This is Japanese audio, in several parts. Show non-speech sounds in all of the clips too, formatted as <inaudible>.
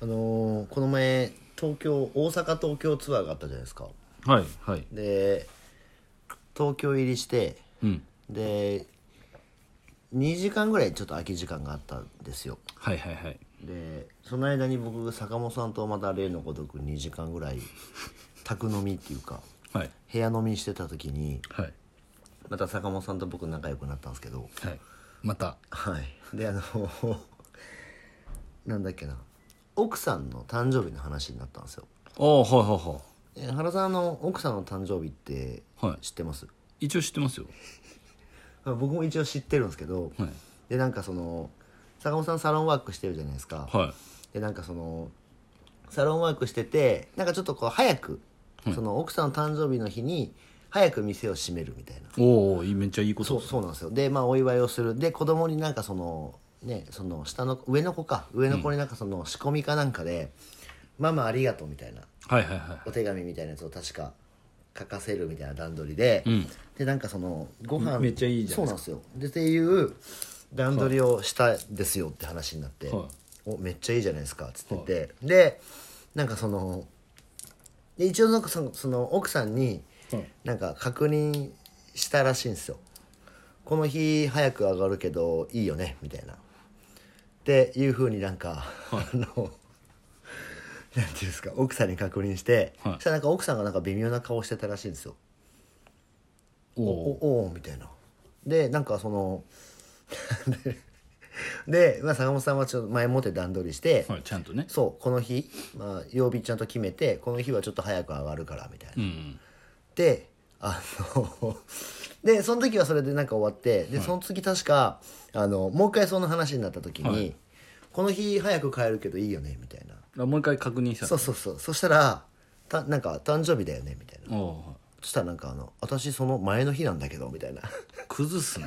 あのーこの前東京大阪東京ツアーがあったじゃないですかはいはいで東京入りしてうんで2時間ぐらいちょっと空き時間があったんですよはいはいはいでその間に僕坂本さんとまた例のごとく2時間ぐらい宅飲みっていうかはい部屋飲みしてた時にはいまた坂本さんと僕仲良くなったんですけどはいまたはいであのなんだっけな奥さんの誕生日の話になったんですよおおはいはいはえー原さんあの奥さんの誕生日ってはい知ってます、い一応知ってますよまあ僕も一応知ってるんですけど、はいでなんかその坂本さんサロンワークしてるじゃないですか、はでなんかそのサロンワークしててなんかちょっとこう早く、その奥さんの誕生日の日に早く店を閉めるみたいないおおめっちゃいいことそうそうなんですよでまあお祝いをするで子供になんかそのねその下の上の子か上の子になんかその仕込みかなんかで「ママありがとう」みたいなはいはいはお手紙みたいなやつを確か書かせるみたいな段取りで、んでなんかそのご飯めっちゃいいじゃそうないなんですよでっていう段取りをしたですよって話になって「はいおめっちゃいいじゃないですか」っつってて、でなんかそので一応なんかそのその奥さんにはいなんか確認したらしいんですよ「この日早く上がるけどいいよね」みたいな。っていうふうになんか、あのなんていうんですか奥さんに確認して、はいそしたらなんか奥さんがなんか微妙な顔してたらしいんですよいおおおおおみたいなでなんかその <laughs> で、まあ、坂本さんはちょっと前もって段取りして、はいちゃんとねそうこの日、まあ、曜日ちゃんと決めてこの日はちょっと早く上がるからみたいな、うんであの <laughs> でその時はそれでなんか終わってでその次確かあのもう一回その話になった時に、はいこの日早く帰るけどいいよねみたいなあもう一回確認したそうそうそうそしたらたなんか誕生日だよねみたいなおおそしたらなんかあの私その前の日なんだけどみたい <laughs> な崩すね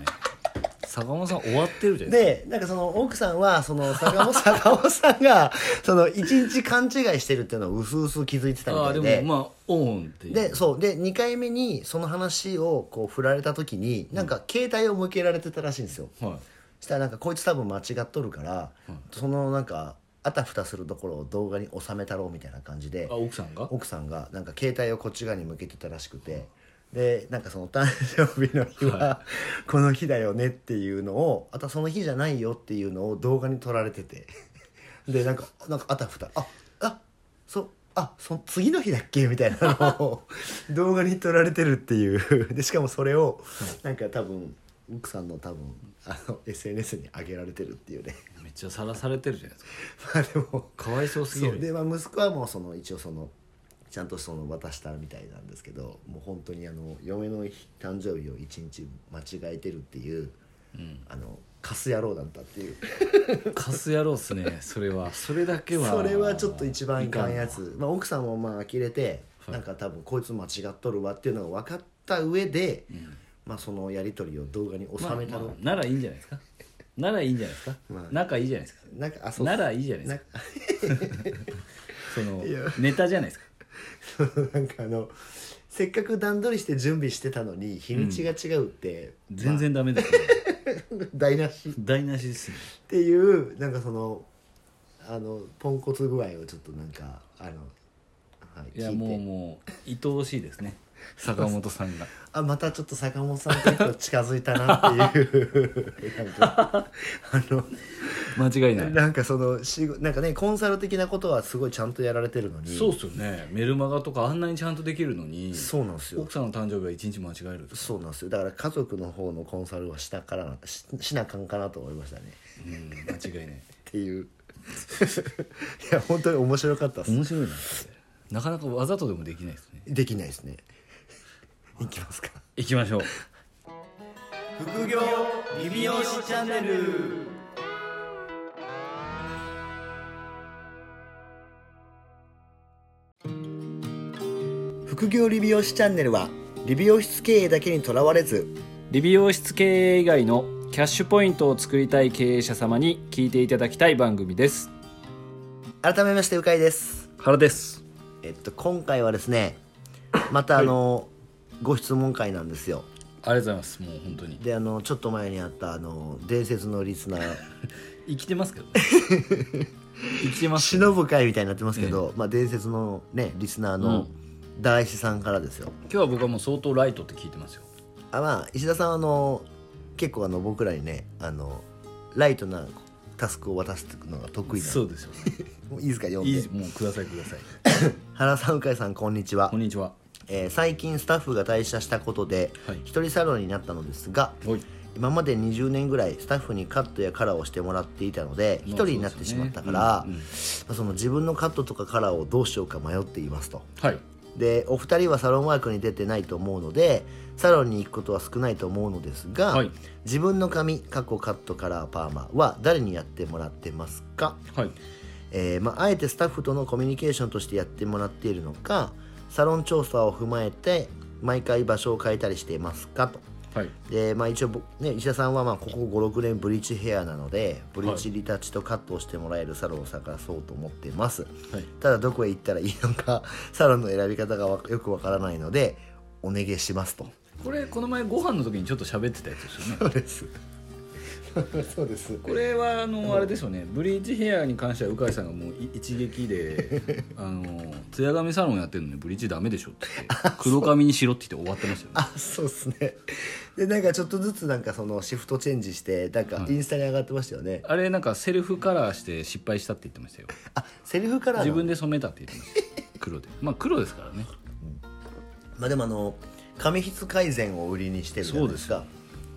坂本さん終わってるじゃないでなんかその奥さんはその坂本坂本さんがその一日勘違いしてるっていうのをうすうす気づいてたみあたあいでーでもまあオンっていうでそうで2回目にその話をこう振られた時になんか携帯を向けられてたらしいんですよ、はしたらなんかこいつ多分間違っとるから、そのなんかあたふたするところを動画に収めたろうみたいな感じいであ奥さんが奥さんがなんか携帯をこっち側に向けてたらしくてでなんかその誕生日の日はこの日だよねっていうのをあとその日じゃないよっていうのを動画に撮られててでなんかなんかあたふたああそあその次の日だっけみたいなのを動画に撮られてるっていうでしかもそれをなんか多分奥さんの多分あの SNS に上げられてるっていうねめっちゃさらされてるじゃないですまあでもかかわいそうすぎそうるで、まあ、息子はもうその一応そのちゃんとその渡したみたいなんですけどもう本当にあの嫁の日誕生日を一日間違えてるっていう、あのカス野郎だったっていうカス野郎っすねそれはそれだけはそれはちょっと一番いかんやつまあ、奥さんもまあ呆れて、なんか多分こいつ間違っとるわっていうのが分かった上で、まあ、そのやり取りを動画に収まあめたの、まあならいいんじゃないですかならいいんじゃないですか、まあ仲いいじゃないですかなんかあそうならいいじゃないですかそのネタじゃないですか <laughs> なんかあのせっかく段取りして準備してたのに日にちが違うって、全然ダメです、台無しっ台無しですねていうなんかそのあのポンコツ具合をちょっとなんかあの、はい、いや聞いてもうもう愛おしいですね坂本さんがあまたちょっと坂本さんと一歩近づいたなっていうなん <laughs> かあ <laughs> 間違いなのいなんかその仕事なんかねコンサル的なことはすごいちゃんとやられてるのにそうっすよねメルマガとかあんなにちゃんとできるのにそうなんですよ奥さんの誕生日は一日間違えるとそうなんですよだから家族の方のコンサルはしたからなししなあかんかなと思いましたねうん間違いないっていう <laughs> いや本当に面白かったです <laughs> 面白いなそれなかなかわざとでもできないですねできないですねいきますか行きましょう副業リビオシチャンネル副業理美容師チャンネルは理美容室経営だけにとらわれず理美容室経営以外のキャッシュポイントを作りたい経営者様に聞いていただきたい番組です改めましてうかいです原ですえっと今回はですねまたあの、ご質問会なんですよありがとうございますもう本当にであのちょっと前にあったあの伝説のリスナー <laughs> 生きてますけどね生きてます忍ぶ会みたいになってますけど、まあ、伝説のねリスナーうんの大師さんからですよ、今日は僕はもう相当ライトって聞いてますよあまあ石田さんはあの結構あの僕らにねあのライトなタスクを渡すのが得意なそうですよもういいですか読んいでいもうくださいください原さんうかいさんこんにちはこん、にちはえー最近スタッフが退社したことで、はい一人サロンになったのですがおい今まで20年ぐらいスタッフにカットやカラーをしてもらっていたので一人になってしまったから、そうでまあその自分のカットとかカラーをどうしようか迷っていますとはいでお二人はサロンワークに出てないと思うのでサロンに行くことは少ないと思うのですが、はい自分の髪過去カットカラーパーマは誰にやってもらってますか、はいえーまあ、あえてスタッフとのコミュニケーションとしてやってもらっているのかサロン調査を踏まえて毎回場所を変えたりしていますかとはいで、まあ、一応ぼ、ね、石田さんはまあここ56年ブリーチヘアなのでブリーチリタッチとカットをしてもらえるサロンを探そうと思っています、はいただどこへ行ったらいいのか <laughs> サロンの選び方がわよくわからないのでお願いしますと <laughs> これこの前ご飯の時にちょっと喋ってたやつ <laughs> ですよねそうです <laughs> そうですこれはあのあれですよねブリーチヘアに関しては鵜飼さんがもうい一撃 <laughs> であの艶髪サロンやってるのにブリーチダメでしょって言って黒髪にしろって言って終わってますよ <laughs> ねあそうですねでなんかちょっとずつなんかそのシフトチェンジしてなんかインスタに上がってましたよね、あれなんかセルフカラーして失敗したって言ってましたよあセリフから自分でで染めたって言ってました黒 <laughs> でまあ黒ですからねまあでもあの髪質改善を売りにしてるじゃないですか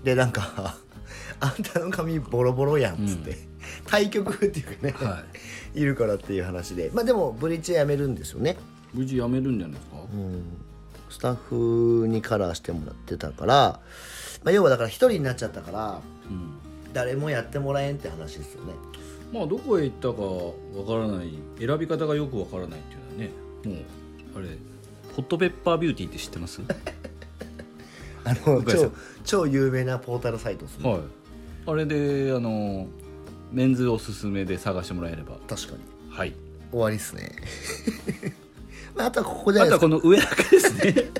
でなんか <laughs> あんたの髪ボロボロやんっつって、対局っていうかね、、はいるからっていう話でまあでもブリーチはやめるんですよねブリーチやめるんじゃないですか、スタッフにカラーしてもらってたから、まあ、要はだから一人になっちゃったからうん誰もやってもらえんって話ですよねまあどこへ行ったかわからない選び方がよくわからないっていうのはねもうあれホットペッパービューティーって知って <laughs> ますはあの向井さ超ん超有名なポータルサイトですね、いあれであのメンズおすすめで探してもらえれば確かにはい終わりっすね <laughs> まあ、あとはここじゃあないとではすかこの上だけです <laughs> ね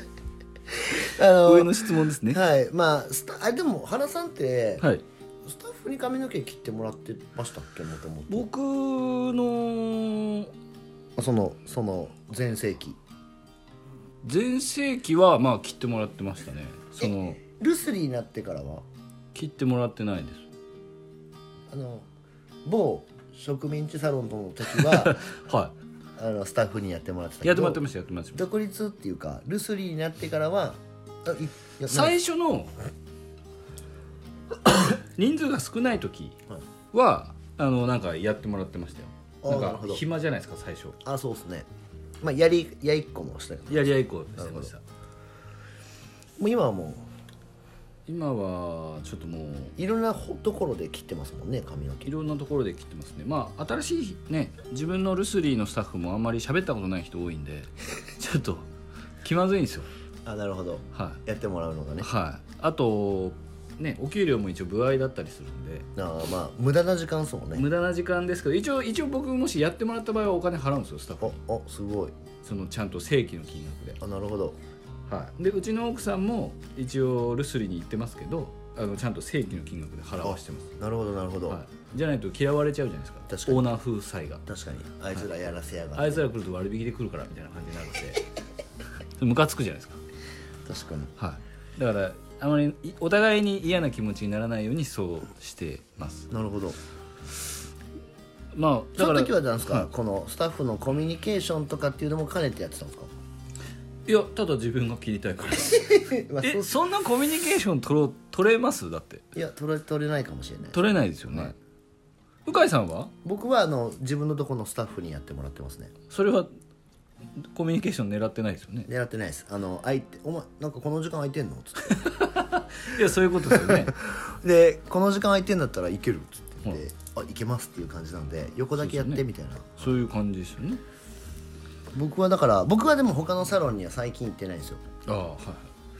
あの上の質問ですねはいまあスタあでも原さんって、はいスタッフに髪の毛切ってもらってましたっけもともと僕のそのその全盛期全盛期はまあ切ってもらってましたねそのルスリーになってからは切ってもらってないですあの某植民地サロンの時 <laughs> ははあのスタッフにやってもらってたけいどやってもらってましたやってもらってました独立っていうかルスリーになってからはあいいや最初の人数が少ない時はあのなんかやってもらってましたあーよななるんかほど暇じゃないですか最初あそうですねまあやりやいっこもしたよねやり合い以降してましたもう今はも今はちょっともうういろんなほところで切ってますもんね髪の毛いろんなところで切ってますねまあ新しいね自分のルスリーのスタッフもあんまり喋ったことない人多いん <laughs> でちょっと気まずいんですよあなるほどはやってもらうのがい、ねはい、あとねお給料も一応歩合だったりするんでああまあ無駄な時間っすもんね無駄な時間ですけど一応一応僕もしやってもらった場合はお金払うんですよスタッフおにおすごいそのちゃんと正規の金額で、あなるほどはい、でうちの奥さんも一応ルスリに行ってますけどあのちゃんと正規の金額で払わしてます、なるほどなるほど、はい、じゃないと嫌われちゃうじゃないで確すかかにオーナー夫妻が確かにあいつらやらせやがあっていつら来ると割引で来るからみたいな感じになるんでそ <laughs> れムカつくじゃないです確かにか、はい、だからあまりいお互いに嫌な気持ちにならないようにそうしてますなるほどまあそだのから時はなんですか、はいこのスタッフのコミュニケーションとかっていうのも兼ねてやってたんですかいやただ自分が切りたいからですまあそう <laughs> えそんなコミュニケーション取ろう取れますだっていや取れ取れないかもしれない取れないですよね、鵜飼さんは僕はあの自分のとこのスタッフにやってもらってますねそれはコミュニケーション狙ってないですよね狙ってないですあの空いてお前なんかこの時間空いてんのつっていやそういうことですよ <laughs> ねでこの時間空いてんだったらいけるっつって言って、うあいけますっていう感じなんで横だけやってみたいな、そういう感じですよね僕はだから僕はでも他のサロンには最近行ってないんですよああは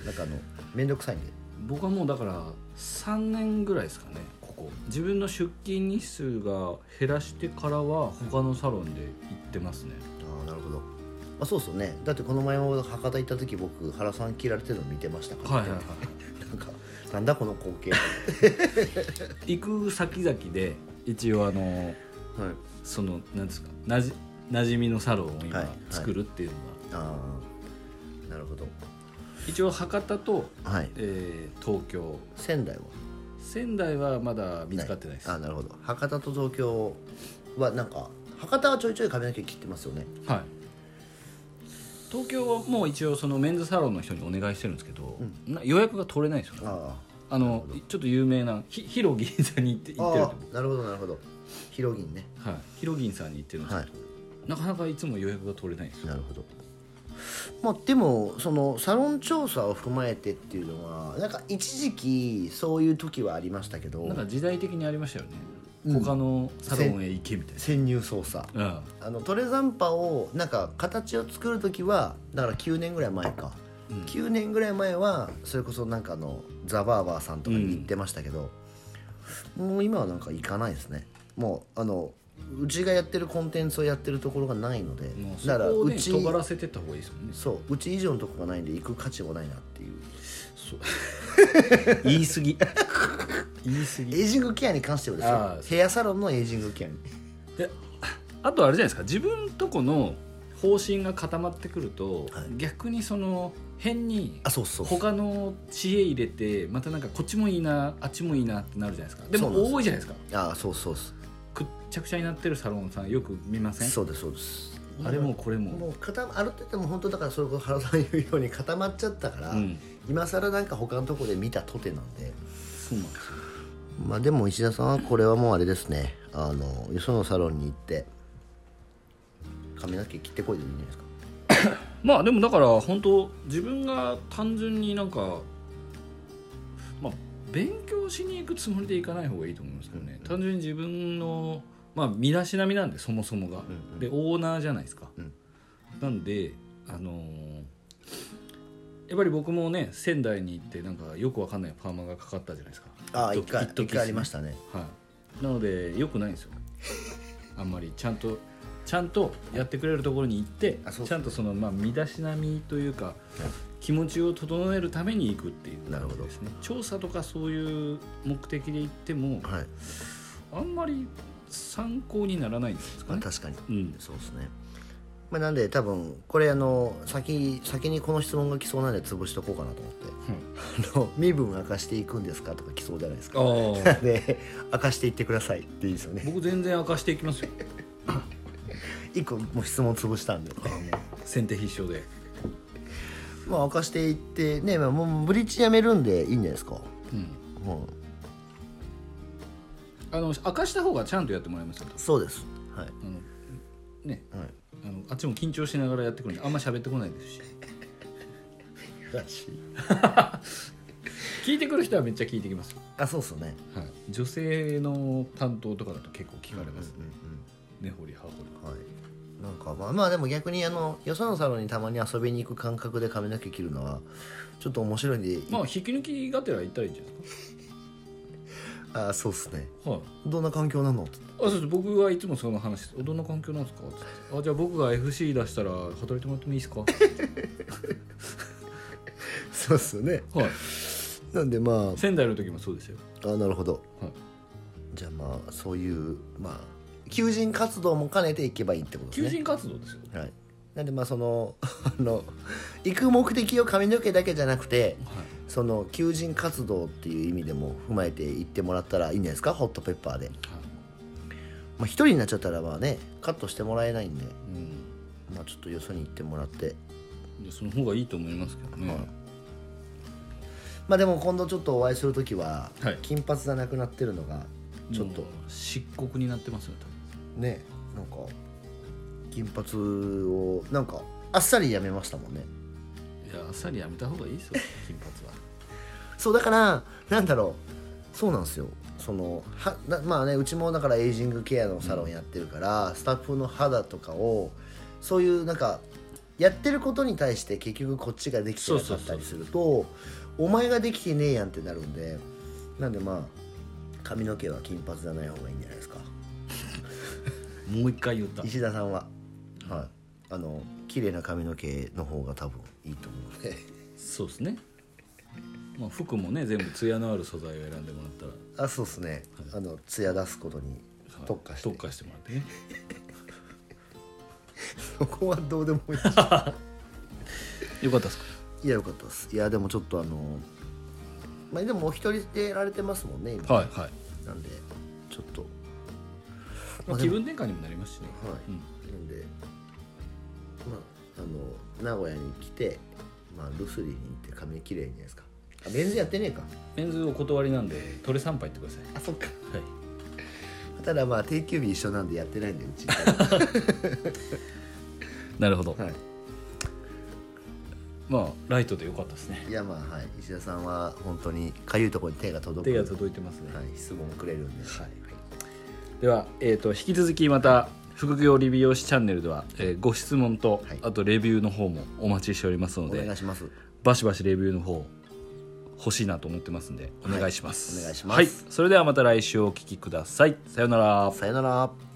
いなんかあの面倒くさいんで僕はもうだから3年ぐらいですかねここ自分の出勤日数が減らしてからは他のサロンで行ってますね、ああなるほど、まあ、そうっすよねだってこの前も博多行った時僕原さん切られてるの見てましたから、はいはいはなんか <laughs> なんだこの光景い行く先々で一応あのはいそのなんですかなじ馴染みのサロンをはい今はい作るっていうのが、ああなるほど一応博多と、はいえー東京仙台は仙台はまだ見つかってないですあなるほど博多と東京はなんか博多はちょいちょい髪の毛切ってますよねはい東京はもう一応そのメンズサロンの人にお願いしてるんですけど、な予約が取れないんですよねああのちょっと有名なひ広銀座に行ってあ行ってるああなるほどなるほど広銀ねとはい広銀さんに行ってるんですはけいど、なかなかいつも予約が取れないんですよなるほどまあでもそのサロン調査を踏まえてっていうのはなんか一時期そういう時はありましたけどなんか時代的にありましたよね、うん他のサロンへ行けみたい潜入捜査な、うんあのトレザンパをなんか形を作る時はだから9年ぐらい前か、うん9年ぐらい前はそれこそなんかあのザ・バーバーさんとかに行ってましたけど、もう今はなんか行かないですねもうあのうちがやってるコンテンツをやってるところがないのでもうそだからこをうねち尖らせてった方がいいですも <laughs> んねそううち以上のとこがないんで行く価値もないなっていうそう言い過ぎ <laughs> 言い過ぎエイジングケアに関してはですああよヘアサロンのエイジングケアにであとあれじゃないですか自分とこの方針が固まってくると、はい逆にその変にあそうそう他の知恵入れてまたなんかこっちもいいなあっちもいいなってなるじゃないですかでそうなんですもよ多いじゃないですかああそうそうそうくっちゃくちゃになってるサロンさんよく見ませんそうですそうですあれもこれももう固まある程度もう本当だからそれこそ原さん言うように固まっちゃったから、うん今更なんか他のとこで見たとてなんでそうなんですよまあでも石田さんはこれはもうあれですねあのよそのサロンに行って髪の毛切ってこいでいいんじゃないですかまあでもだから本当自分が単純になんかまあ勉強しに行くつもりで行かない方がいいと思いますけどね、単純に自分のまあ身だしなみなんでそもそもが、うんうんでオーナーじゃないですか、うんなんであのーやっぱり僕もね仙台に行ってなんかよくわかんないパーマがかかったじゃないですかああ一一回時一回ありましたねはい、なのでよくない <laughs> んですよあんまりちゃんとちゃんとやってくれるところに行ってあそうそうちゃんとそのまあ身だしなみというか、気持ちを整えるために行くっていうなる感ほじどですね調査とかそういう目的で行ってもはい、あんまり参考にならないんですまかあ、ね、確かにうん、そうですねまあなんで多分これあの先先にこの質問が来そうなんで潰しとこうかなと思って、あの身分明かしていくんですかとか来そうじゃないですかああ <laughs> で明かしていってくださいっていいですよね <laughs> 僕全然明かしていきますよ一個もう質問潰したんであの先手必勝でまあ明かしていってね、まあ、もうブリッジやめるんでいいんじゃないですか、うんうん、あの明かした方がちゃんとやってもらいますよそうですはい、あのねはい、あのあっちも緊張しながらやってくるんであんま喋ってこないですし聞いてくる人はめっちゃ聞いてきますよ、あそうっすよねはい、女性の担当とかだと結構聞かれますうんうんね掘り葉掘りうんはいなんかまあまあでも逆にあのよそのサロンにたまに遊びに行く感覚で髪の毛切るのはちょっと面白いんで、まあ引き抜きがてら行ったらいいんじゃないですあそうっすねかはいどんな環境なのあそうです僕はいつもその話です「どんな環境なんですか?」つってあじゃあ僕が FC 出したら働いてもらってもいいですか?」はいそうっすよねなんでま <laughs> 仙台の時もそうですよああなるほど、はいじゃあまあそういうまあ求人活動も兼ねていけばいいってことですね求人活動ですよはい、なんでまあそのあの行く目的を髪の毛だけじゃなくてはいその求人活動っていう意味でも踏まえて行ってもらったらいいんじゃないですかホットペッパーで、はまあ、一人になっちゃったらまあねカットしてもらえないんで、いうんまあ、ちょっとよそに行ってもらって、でその方がいいと思いますけどね、はいまあでも今度ちょっとお会いする時は、はい金髪がなくなってるのがちょっともう漆黒になってますよ多分ねなんか金髪をなんかあっさりやめましたもんねいやあっさりやめた方がいいですよ金髪はそうだからなんだろうそうなんですよそのはなまあねうちもだからエイジングケアのサロンやってるから、スタッフの肌とかをそういうなんかやってることに対して結局こっちができてなかったりするとお前ができてねえやんってなるんでなんでまあ髪の毛は金髪じゃない方がいいんじゃないですかもう一回言った石田さんははいあの綺麗な髪の毛の方が多分いいと思うのでそうですねまあ服もね全部ツヤのある素材を選んでもらったら、あそうっすねあの艶出すことにははい特化して特化してもらってねそこはどうでもいいよかったですかいやよかったですいやでもちょっとあのまあでもお一人でやられてますもんね今、はいはい、なんでちょっとまあ、気分転換にもなりますしね、はい、うんなんでまああの名古屋に来て、まあ、ルスリーに行って髪綺麗いんじゃないですかあメンズやってねえかメンズお断りなんでトレ参拝行ってくださあそっかい、はい、ただまあ定休日一緒なんでやってないんでうちなるほ <laughs> ど、はまあライトでよかったですねいいやまあはい石田さんは本当にかゆいところに手が届く手が届いてますね、はい質問くれるんで、はいでは、えー、と引き続きまた副業理美容師チャンネルでは、えーご質問と、はいあとレビューの方もお待ちしておりますのお願でいしますバシバシレビューの方欲しいなと思ってますんでお願いします、はいお願いしますはい、それではまた来週お聞きくださいさようならさよなら